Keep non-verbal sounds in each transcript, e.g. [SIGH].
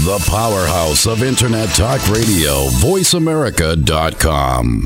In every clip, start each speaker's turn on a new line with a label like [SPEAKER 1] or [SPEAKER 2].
[SPEAKER 1] The powerhouse of Internet Talk Radio, voiceamerica.com.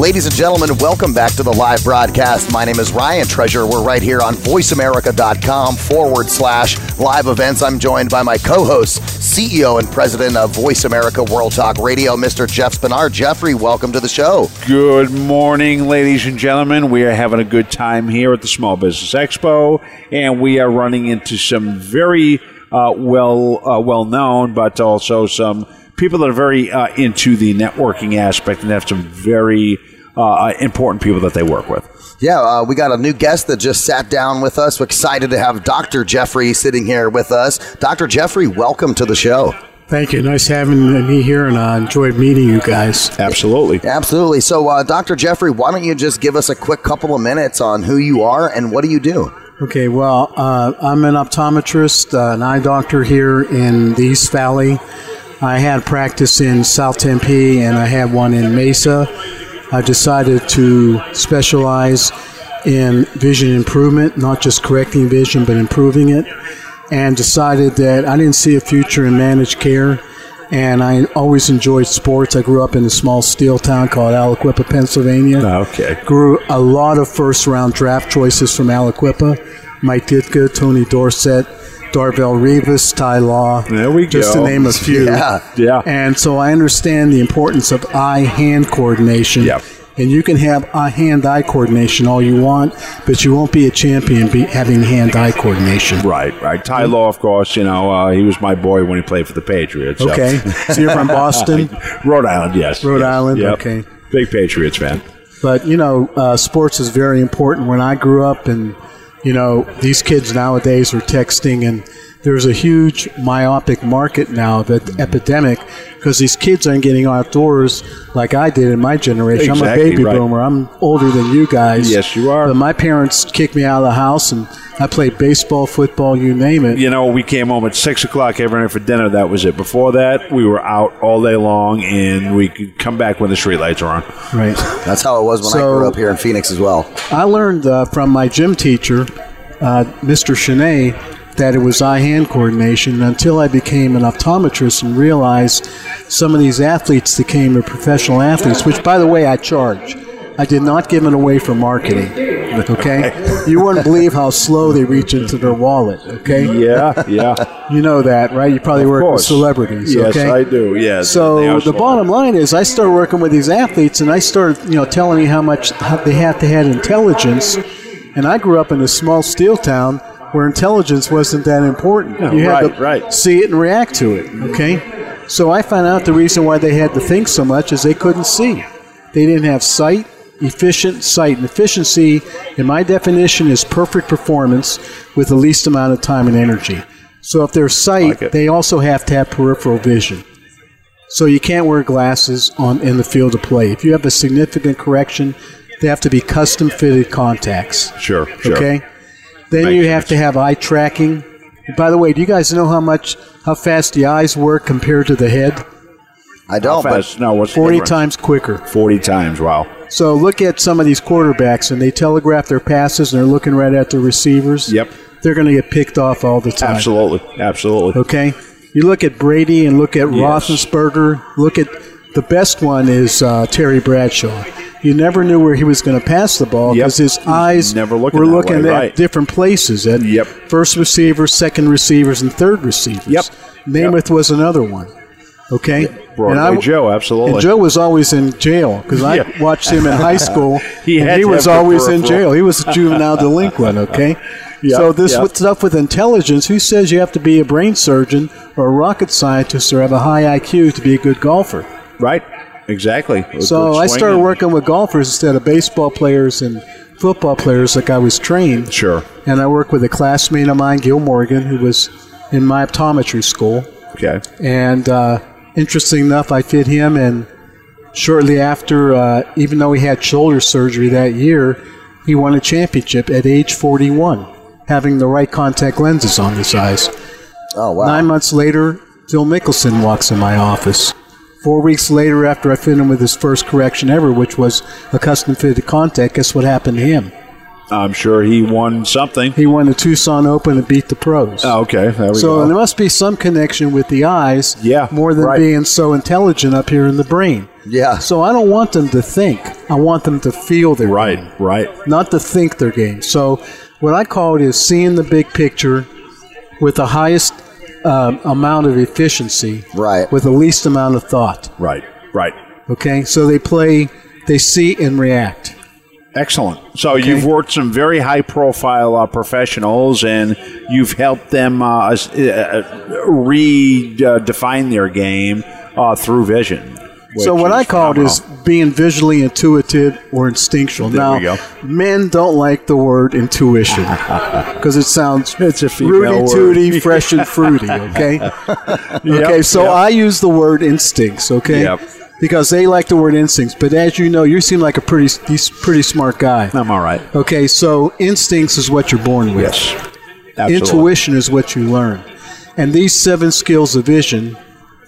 [SPEAKER 2] Ladies and gentlemen, welcome back to the live broadcast. My name is Ryan Treasure. We're right here on voiceamerica.com forward slash live events. I'm joined by my co host, CEO and president of Voice America World Talk Radio, Mr. Jeff Spinar. Jeffrey, welcome to the show.
[SPEAKER 3] Good morning, ladies and gentlemen. We are having a good time here at the Small Business Expo, and we are running into some very uh, well uh, well known, but also some people that are very uh, into the networking aspect and have some very uh, important people that they work with.
[SPEAKER 2] Yeah, uh, we got a new guest that just sat down with us. We're excited to have Dr. Jeffrey sitting here with us. Dr. Jeffrey, welcome to the show.
[SPEAKER 4] Thank you. Nice having me here, and I enjoyed meeting you guys.
[SPEAKER 3] Absolutely.
[SPEAKER 2] Absolutely. So, uh, Dr. Jeffrey, why don't you just give us a quick couple of minutes on who you are and what do you do?
[SPEAKER 4] Okay, well, uh, I'm an optometrist, uh, an eye doctor here in the East Valley. I had practice in South Tempe and I had one in Mesa. I decided to specialize in vision improvement, not just correcting vision, but improving it, and decided that I didn't see a future in managed care. And I always enjoyed sports. I grew up in a small steel town called Aliquippa, Pennsylvania
[SPEAKER 3] Okay.
[SPEAKER 4] grew a lot of first round draft choices from Aliquippa. Mike Ditka, Tony Dorsett, Darvell Rivas, Ty Law.
[SPEAKER 3] There we
[SPEAKER 4] Just
[SPEAKER 3] go.
[SPEAKER 4] to
[SPEAKER 3] [LAUGHS]
[SPEAKER 4] name a few.
[SPEAKER 2] Yeah.
[SPEAKER 3] Yeah.
[SPEAKER 4] And so I understand the importance of eye hand coordination.
[SPEAKER 3] Yep.
[SPEAKER 4] And you can have eye hand eye coordination all you want, but you won't be a champion be having hand eye coordination.
[SPEAKER 3] Right, right. Ty Law, of course. You know, uh, he was my boy when he played for the Patriots. so-
[SPEAKER 4] Okay. so you're from Boston?
[SPEAKER 3] [LAUGHS] Rhode Island, yes.
[SPEAKER 4] Rhode
[SPEAKER 3] yes,
[SPEAKER 4] Island,
[SPEAKER 3] yep.
[SPEAKER 4] okay.
[SPEAKER 3] Big Patriots fan.
[SPEAKER 4] But you know, uh, sports is very important. When I grew up, and you know, these kids nowadays are texting, and there's a huge myopic market now of an epidemic because these kids aren't getting outdoors like I did in my generation. I'm a
[SPEAKER 3] Exactly,
[SPEAKER 4] baby
[SPEAKER 3] right.
[SPEAKER 4] boomer. I'm older than you guys.
[SPEAKER 3] Yes, you are.
[SPEAKER 4] But my parents kicked me out of the house, and I played baseball, football, you name it.
[SPEAKER 3] You know, we came home at six o'clock every night for dinner. That was it. Before that, we were out all day long, and we could come back when the street lights were on. [LAUGHS]
[SPEAKER 4] Right.
[SPEAKER 2] That's how it was when I
[SPEAKER 4] So-
[SPEAKER 2] grew up here in Phoenix as well.
[SPEAKER 4] I learned uh, from my gym teacher, uh, Mr. Cheney, that it was eye hand coordination until I became an optometrist and realized some of these athletes that came are professional athletes, which, by the way, I charge. I did not give it away for marketing. Okay? you wouldn't believe how slow they reach into their wallet. Okay?
[SPEAKER 3] [LAUGHS] Yeah, yeah.
[SPEAKER 4] You know that, right? You probably work with
[SPEAKER 3] course.
[SPEAKER 4] celebrities.
[SPEAKER 3] Yes,
[SPEAKER 4] okay?
[SPEAKER 3] I do. Yes. They
[SPEAKER 4] So
[SPEAKER 3] are
[SPEAKER 4] the
[SPEAKER 3] slow.
[SPEAKER 4] bottom line is, I started working with these athletes, and I started, you know, telling me how much how they had to had intelligence. And I grew up in a small steel town where intelligence wasn't that important.
[SPEAKER 3] No,
[SPEAKER 4] you had
[SPEAKER 3] right,
[SPEAKER 4] to
[SPEAKER 3] right.
[SPEAKER 4] see it and react to it. Okay, so I found out the reason why they had to think so much is they couldn't see. They didn't have sight, efficient sight, and efficiency, in my definition, is perfect performance with the least amount of time and energy. So if there's sight,
[SPEAKER 3] Like it.
[SPEAKER 4] they also have to have peripheral vision. So you can't wear glasses on in the field of play. If you have a significant correction, they have to be custom fitted contacts.
[SPEAKER 3] Sure, sure.
[SPEAKER 4] Okay. Then
[SPEAKER 3] Makes
[SPEAKER 4] you have to have eye tracking. By the way, do you guys know how much how fast the eyes work compared to the head?
[SPEAKER 2] I don't, but
[SPEAKER 3] Fast. No, what's the
[SPEAKER 4] Forty
[SPEAKER 3] difference?
[SPEAKER 4] times quicker.
[SPEAKER 3] Forty times. Wow.
[SPEAKER 4] So look at some of these quarterbacks, and they telegraph their passes, and they're looking right at their receivers.
[SPEAKER 3] Yep.
[SPEAKER 4] They're going to get picked off all the time.
[SPEAKER 3] Absolutely. Absolutely.
[SPEAKER 4] Okay, you look at Brady and look at
[SPEAKER 3] Yes.
[SPEAKER 4] Roethlisberger. Look at the best one is uh, Terry Bradshaw. You never knew where he was going to pass the ball
[SPEAKER 3] Yep.
[SPEAKER 4] because his eyes
[SPEAKER 3] Never looking
[SPEAKER 4] were
[SPEAKER 3] that
[SPEAKER 4] looking
[SPEAKER 3] way,
[SPEAKER 4] at
[SPEAKER 3] right.
[SPEAKER 4] different places at
[SPEAKER 3] Yep.
[SPEAKER 4] first receivers, second receivers, and third receivers.
[SPEAKER 3] Yep.
[SPEAKER 4] Namath was another one. Okay,
[SPEAKER 3] Broadway
[SPEAKER 4] and I-
[SPEAKER 3] Joe, absolutely.
[SPEAKER 4] and Joe was always in jail because I
[SPEAKER 3] Yeah.
[SPEAKER 4] watched him in
[SPEAKER 3] [LAUGHS]
[SPEAKER 4] high school.
[SPEAKER 3] He
[SPEAKER 4] and
[SPEAKER 3] had
[SPEAKER 4] he
[SPEAKER 3] to
[SPEAKER 4] was
[SPEAKER 3] have the
[SPEAKER 4] always in
[SPEAKER 3] peripheral.
[SPEAKER 4] jail. He was
[SPEAKER 3] [LAUGHS]
[SPEAKER 4] a juvenile delinquent. Okay,
[SPEAKER 3] Yeah,
[SPEAKER 4] so this
[SPEAKER 3] yeah.
[SPEAKER 4] with stuff with intelligence. Who says you have to be a brain surgeon or a rocket scientist or have a high IQ to be a good golfer?
[SPEAKER 3] Right. Exactly. Good
[SPEAKER 4] So I
[SPEAKER 3] swing
[SPEAKER 4] started
[SPEAKER 3] and-
[SPEAKER 4] working with golfers instead of baseball players and football players, like I was trained.
[SPEAKER 3] Sure.
[SPEAKER 4] And I worked with a classmate of mine, Gil Morgan, who was in my optometry school.
[SPEAKER 3] Okay.
[SPEAKER 4] And uh, interesting enough, I fit him, and shortly after, uh, even though he had shoulder surgery that year, he won a championship at age 41, having the right contact lenses on his eyes.
[SPEAKER 2] oh wow,
[SPEAKER 4] Nine months later, Phil Mickelson walks in my office. Four weeks later, after I fit him with his first correction ever, which was a custom fitted contact, guess what happened to him?
[SPEAKER 3] I'm sure he won something.
[SPEAKER 4] He won the Tucson Open and beat the pros.
[SPEAKER 3] Oh, okay, there we
[SPEAKER 4] so
[SPEAKER 3] go.
[SPEAKER 4] there must be some connection with the eyes,
[SPEAKER 3] Yeah,
[SPEAKER 4] more than
[SPEAKER 3] right.
[SPEAKER 4] being so intelligent up here in the brain.
[SPEAKER 2] Yeah.
[SPEAKER 4] So I don't want them to think. I want them to feel their game,
[SPEAKER 3] right, right.
[SPEAKER 4] not to think their game. So what I call it is seeing the big picture with the highest uh, amount of efficiency,
[SPEAKER 2] Right.
[SPEAKER 4] With the least amount of thought.
[SPEAKER 3] Right, right.
[SPEAKER 4] Okay, so they play, they see and react.
[SPEAKER 3] Excellent. So you've worked some very high-profile uh, professionals, and you've helped them uh, s- uh, redefine their game uh, through vision.
[SPEAKER 4] so
[SPEAKER 3] which
[SPEAKER 4] what
[SPEAKER 3] is
[SPEAKER 4] I call it is
[SPEAKER 3] phenomenal.
[SPEAKER 4] being visually intuitive or instinctual.
[SPEAKER 3] There
[SPEAKER 4] now,
[SPEAKER 3] we go.
[SPEAKER 4] men don't like the
[SPEAKER 3] [LAUGHS]
[SPEAKER 4] word intuition because it sounds
[SPEAKER 3] It's a female
[SPEAKER 4] rooty
[SPEAKER 3] word. [LAUGHS]
[SPEAKER 4] tooty, fresh and fruity. Okay, okay. So
[SPEAKER 3] yep.
[SPEAKER 4] I use the word instincts. Okay.
[SPEAKER 3] Yep.
[SPEAKER 4] Because they like the word instincts, but as you know, you seem like a pretty, s- pretty smart guy.
[SPEAKER 3] I'm all right.
[SPEAKER 4] Okay, so instincts is what you're born with.
[SPEAKER 3] Yes, absolutely.
[SPEAKER 4] Intuition is what you learn. And these seven skills of vision,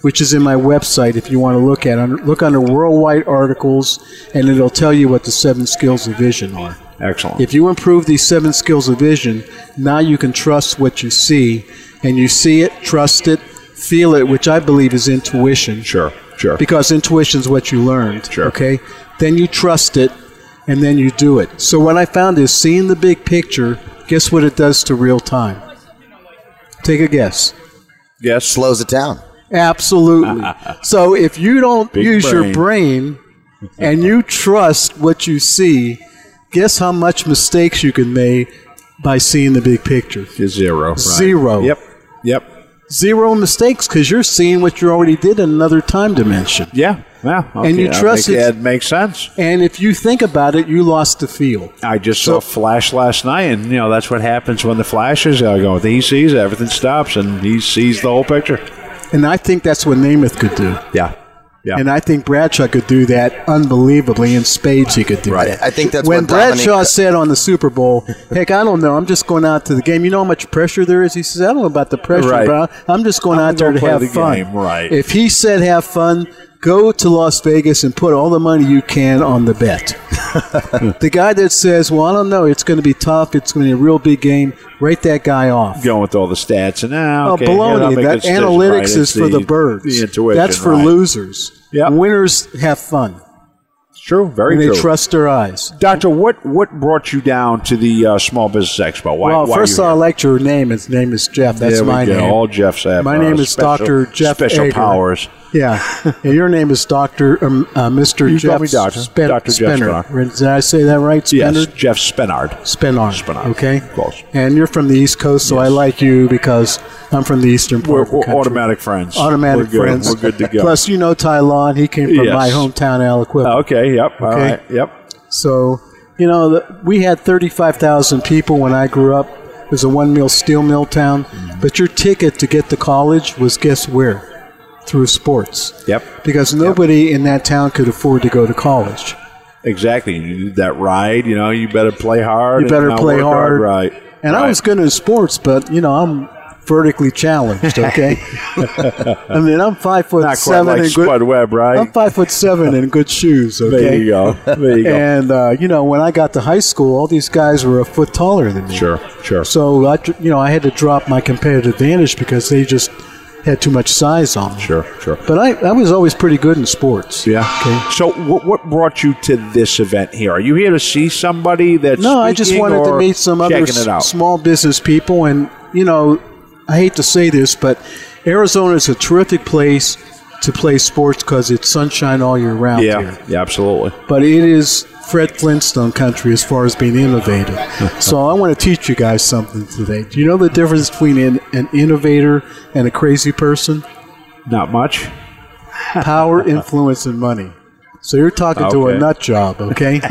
[SPEAKER 4] which is in my website if you want to look at it, look under worldwide articles and it'll tell you what the seven skills of vision are.
[SPEAKER 3] Excellent.
[SPEAKER 4] If you improve these seven skills of vision, now you can trust what you see and you see it, trust it, feel it, which I believe is intuition.
[SPEAKER 3] sure, sure.
[SPEAKER 4] Because intuition is what you learned.
[SPEAKER 3] Sure.
[SPEAKER 4] Okay? Then you trust it and then you do it. So what I found is seeing the big picture, guess what it does to real time? Take a guess.
[SPEAKER 3] yes,
[SPEAKER 2] Slows it down.
[SPEAKER 3] [LAUGHS]
[SPEAKER 4] Absolutely. so if you don't
[SPEAKER 3] Big
[SPEAKER 4] use your
[SPEAKER 3] brain.
[SPEAKER 4] brain
[SPEAKER 3] [LAUGHS]
[SPEAKER 4] and you trust what you see, guess how much mistakes you can make by seeing the big picture?
[SPEAKER 3] zero. right.
[SPEAKER 4] Zero.
[SPEAKER 3] Yep, yep.
[SPEAKER 4] Zero mistakes because you're seeing what you already did in another time dimension.
[SPEAKER 3] Yeah, yeah. Okay.
[SPEAKER 4] And you
[SPEAKER 3] I
[SPEAKER 4] trust
[SPEAKER 3] think
[SPEAKER 4] it's-
[SPEAKER 3] that makes sense.
[SPEAKER 4] And if you think about it, you lost the feel.
[SPEAKER 3] I just saw Flash last night, and you know that's what happens when the Flash is uh, going. He sees everything stops, and he sees the whole picture.
[SPEAKER 4] And I think that's what Namath could do.
[SPEAKER 3] Yeah, yeah.
[SPEAKER 4] And I think Bradshaw could do that unbelievably in spades. He could do
[SPEAKER 3] Right.
[SPEAKER 4] that.
[SPEAKER 2] I think that's
[SPEAKER 4] when
[SPEAKER 2] what Dominique-
[SPEAKER 4] Bradshaw said on the Super Bowl, "Heck, I don't know. I'm just going out to the game. You know how much pressure there is." He says, "I don't know about the pressure,
[SPEAKER 3] Right.
[SPEAKER 4] bro. I'm just going
[SPEAKER 3] I'm
[SPEAKER 4] out there
[SPEAKER 3] gonna
[SPEAKER 4] to
[SPEAKER 3] play
[SPEAKER 4] have
[SPEAKER 3] the
[SPEAKER 4] fun."
[SPEAKER 3] game, right.
[SPEAKER 4] If he said, "Have fun," go to Las Vegas and put all the money you can on
[SPEAKER 3] [LAUGHS]
[SPEAKER 4] the bet. the guy that says, "Well, I don't know. It's going to be tough. It's going to be a real big game." Write that guy off.
[SPEAKER 3] going with all the stats and now.
[SPEAKER 4] Oh,
[SPEAKER 3] okay, here, I'll
[SPEAKER 4] baloney.
[SPEAKER 3] make
[SPEAKER 4] That
[SPEAKER 3] a decision,
[SPEAKER 4] analytics
[SPEAKER 3] right,
[SPEAKER 4] is
[SPEAKER 3] it's
[SPEAKER 4] for the, birds.
[SPEAKER 3] The intuition.
[SPEAKER 4] That's for
[SPEAKER 3] right.
[SPEAKER 4] losers.
[SPEAKER 3] Yep.
[SPEAKER 4] Winners have fun.
[SPEAKER 3] True, very
[SPEAKER 4] And they
[SPEAKER 3] true.
[SPEAKER 4] trust their eyes.
[SPEAKER 3] Doctor, what what brought you down to the uh, Small Business Expo? Why,
[SPEAKER 4] well,
[SPEAKER 3] why
[SPEAKER 4] first
[SPEAKER 3] you
[SPEAKER 4] of all, I
[SPEAKER 3] here?
[SPEAKER 4] liked your name. His name is Jeff. That's
[SPEAKER 3] There we
[SPEAKER 4] my
[SPEAKER 3] go.
[SPEAKER 4] name.
[SPEAKER 3] All Jeff's have.
[SPEAKER 4] My
[SPEAKER 3] uh,
[SPEAKER 4] name is
[SPEAKER 3] special-
[SPEAKER 4] Dr. Jeff
[SPEAKER 3] Special
[SPEAKER 4] Ager.
[SPEAKER 3] powers.
[SPEAKER 4] [LAUGHS] Yeah. and your name is Doctor um, uh, Mr.
[SPEAKER 3] You
[SPEAKER 4] Jeff
[SPEAKER 3] call me doctor.
[SPEAKER 4] Spen-
[SPEAKER 3] Dr. Jeff
[SPEAKER 4] Spinner. Did I say that right? Spinner?
[SPEAKER 3] Yes, Jeff Spenard.
[SPEAKER 4] Spinard.
[SPEAKER 3] Spinard.
[SPEAKER 4] Okay.
[SPEAKER 3] Close.
[SPEAKER 4] And you're from the East Coast, so I like you because I'm from the eastern part
[SPEAKER 3] We're,
[SPEAKER 4] of the
[SPEAKER 3] we're
[SPEAKER 4] country.
[SPEAKER 3] automatic friends.
[SPEAKER 4] Automatic
[SPEAKER 3] We're good.
[SPEAKER 4] friends.
[SPEAKER 3] We're good to go. [LAUGHS]
[SPEAKER 4] Plus, you know Ty Lon. He came from
[SPEAKER 3] Yes. Ah,
[SPEAKER 4] my hometown, Aliquippa.
[SPEAKER 3] okay. Yep. All
[SPEAKER 4] Okay.
[SPEAKER 3] right. Yep.
[SPEAKER 4] So, you know, the, we had 35,000 people when I grew up. It was a one mill steel mill town.
[SPEAKER 3] Mm-hmm.
[SPEAKER 4] But your ticket to get to college was guess where? Through sports.
[SPEAKER 3] Yep.
[SPEAKER 4] Because nobody in that town could afford to go to college.
[SPEAKER 3] Exactly. You need that ride. You know, you better play hard.
[SPEAKER 4] You
[SPEAKER 3] and,
[SPEAKER 4] better
[SPEAKER 3] uh,
[SPEAKER 4] play
[SPEAKER 3] work
[SPEAKER 4] hard.
[SPEAKER 3] Right.
[SPEAKER 4] And I
[SPEAKER 3] Right.
[SPEAKER 4] was good in sports, but, you know, I'm vertically challenged,
[SPEAKER 3] [LAUGHS]
[SPEAKER 4] okay? [LAUGHS] I mean, I'm five foot
[SPEAKER 3] not quite
[SPEAKER 4] seven
[SPEAKER 3] like
[SPEAKER 4] and good.
[SPEAKER 3] Spud Webb, right?
[SPEAKER 4] I'm five foot seven in good shoes, okay?
[SPEAKER 3] There you go. There you go.
[SPEAKER 4] And, uh, you know, when I got to high school, all these guys were a foot taller than me.
[SPEAKER 3] sure. Sure.
[SPEAKER 4] So I, dr- you know, I had to drop my competitive advantage because they just had too much size on them.
[SPEAKER 3] Sure. Sure.
[SPEAKER 4] But I, I was always pretty good in sports.
[SPEAKER 3] Yeah. So, what, what brought you to this event here? Are you here to see somebody that's
[SPEAKER 4] No, I just
[SPEAKER 3] speaking
[SPEAKER 4] wanted to
[SPEAKER 3] or
[SPEAKER 4] meet some other
[SPEAKER 3] checking it
[SPEAKER 4] s-
[SPEAKER 3] out?
[SPEAKER 4] small business people, and you know, I hate to say this, but Arizona is a terrific place to play sports because it's sunshine all year round
[SPEAKER 3] yeah,
[SPEAKER 4] here.
[SPEAKER 3] yeah, absolutely.
[SPEAKER 4] But it is Fred Flintstone country as far as being
[SPEAKER 3] [LAUGHS]
[SPEAKER 4] innovative. so I want to teach you guys something today. Do you know the difference between an, an innovator and a crazy person?
[SPEAKER 3] Not much.
[SPEAKER 4] power, influence, and money. So you're talking to a
[SPEAKER 3] Okay.
[SPEAKER 4] nut job, okay?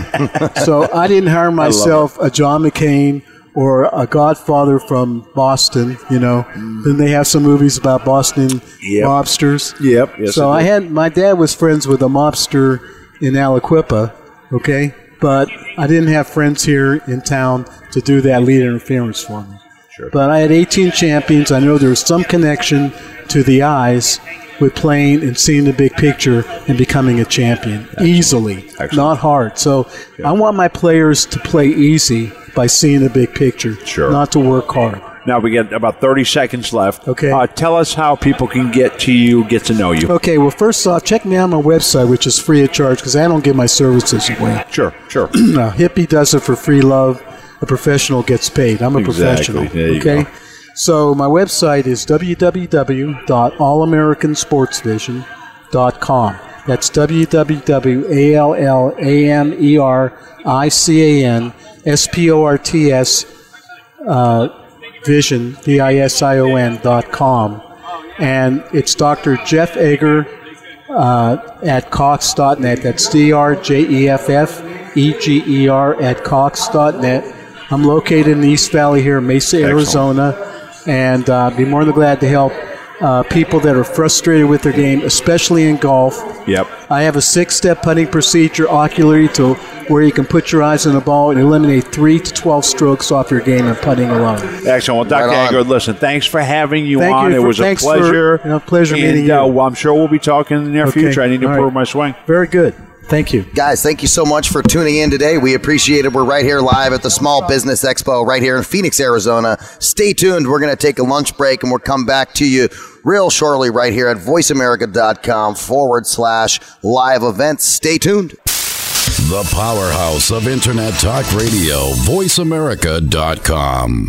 [SPEAKER 4] so I
[SPEAKER 3] [LAUGHS]
[SPEAKER 4] didn't hire myself a John McCain or a Godfather from Boston. You know, then they have some movies about Boston
[SPEAKER 3] Mm. Yep.
[SPEAKER 4] mobsters.
[SPEAKER 3] Yep, yes,
[SPEAKER 4] so
[SPEAKER 3] I
[SPEAKER 4] I
[SPEAKER 3] do.
[SPEAKER 4] had my dad was friends with a mobster in Aliquippa, okay, but I didn't have friends here in town to do that lead interference for me.
[SPEAKER 3] Sure.
[SPEAKER 4] But I had 18 champions. I know there was some connection to the eyes with playing and seeing the big picture and becoming a champion easily,
[SPEAKER 3] Excellent.
[SPEAKER 4] not hard. So I want my players to play easy by seeing the big picture.
[SPEAKER 3] Sure.
[SPEAKER 4] Not to work hard.
[SPEAKER 3] Now we got about 30 seconds left.
[SPEAKER 4] Okay.
[SPEAKER 3] Uh, tell us how people can get to you, get to know you.
[SPEAKER 4] Okay, well, first off, check me out on my website, which is free of charge because I don't give my services away.
[SPEAKER 3] [CLEARS THROAT] Sure, sure.
[SPEAKER 4] [CLEARS THROAT] No, hippie does it for free love. A professional gets paid. I'm a
[SPEAKER 3] Exactly.
[SPEAKER 4] professional.
[SPEAKER 3] There you
[SPEAKER 4] okay.
[SPEAKER 3] go.
[SPEAKER 4] So my website is www.allamericansportsvision.com. That's E www.allamericansportsvision uh, vision, V-I-S-I-O-N dot com. And it's Dr. Jeff Egger uh, at Cox.net. That's E D-R-J-E-F-F-E-G-E-R E at Cox.net. I'm located in the East Valley here, Mesa, Arizona, and uh, be more than glad to help uh, people that are frustrated with their game, especially in golf.
[SPEAKER 3] [CLEARS THROAT] Yep.
[SPEAKER 4] I have a six step putting procedure ocularly to where you can put your eyes on the ball and eliminate three to 12 strokes off your game in putting alone.
[SPEAKER 3] Excellent. Well, Dr.
[SPEAKER 2] Right on.
[SPEAKER 3] Haggard, listen, thanks for having you
[SPEAKER 4] Thank
[SPEAKER 3] on.
[SPEAKER 4] you
[SPEAKER 3] it
[SPEAKER 4] for-
[SPEAKER 3] was a
[SPEAKER 4] thanks for-
[SPEAKER 3] pleasure.
[SPEAKER 4] you know, pleasure
[SPEAKER 3] and,
[SPEAKER 4] meeting
[SPEAKER 3] uh,
[SPEAKER 4] you.
[SPEAKER 3] well, I'm sure we'll be talking in the near
[SPEAKER 4] Okay.
[SPEAKER 3] future. I need to
[SPEAKER 4] All right.
[SPEAKER 3] improve my swing.
[SPEAKER 4] Very good. Thank you.
[SPEAKER 2] Guys, thank you so much for tuning in today. We appreciate it. We're right here live at the Small Business Expo right here in Phoenix, Arizona. Stay tuned. We're going to take a lunch break and we'll come back to you real shortly right here at voiceamerica.com forward slash live events. Stay tuned.
[SPEAKER 1] The powerhouse of Internet Talk Radio, voiceamerica.com.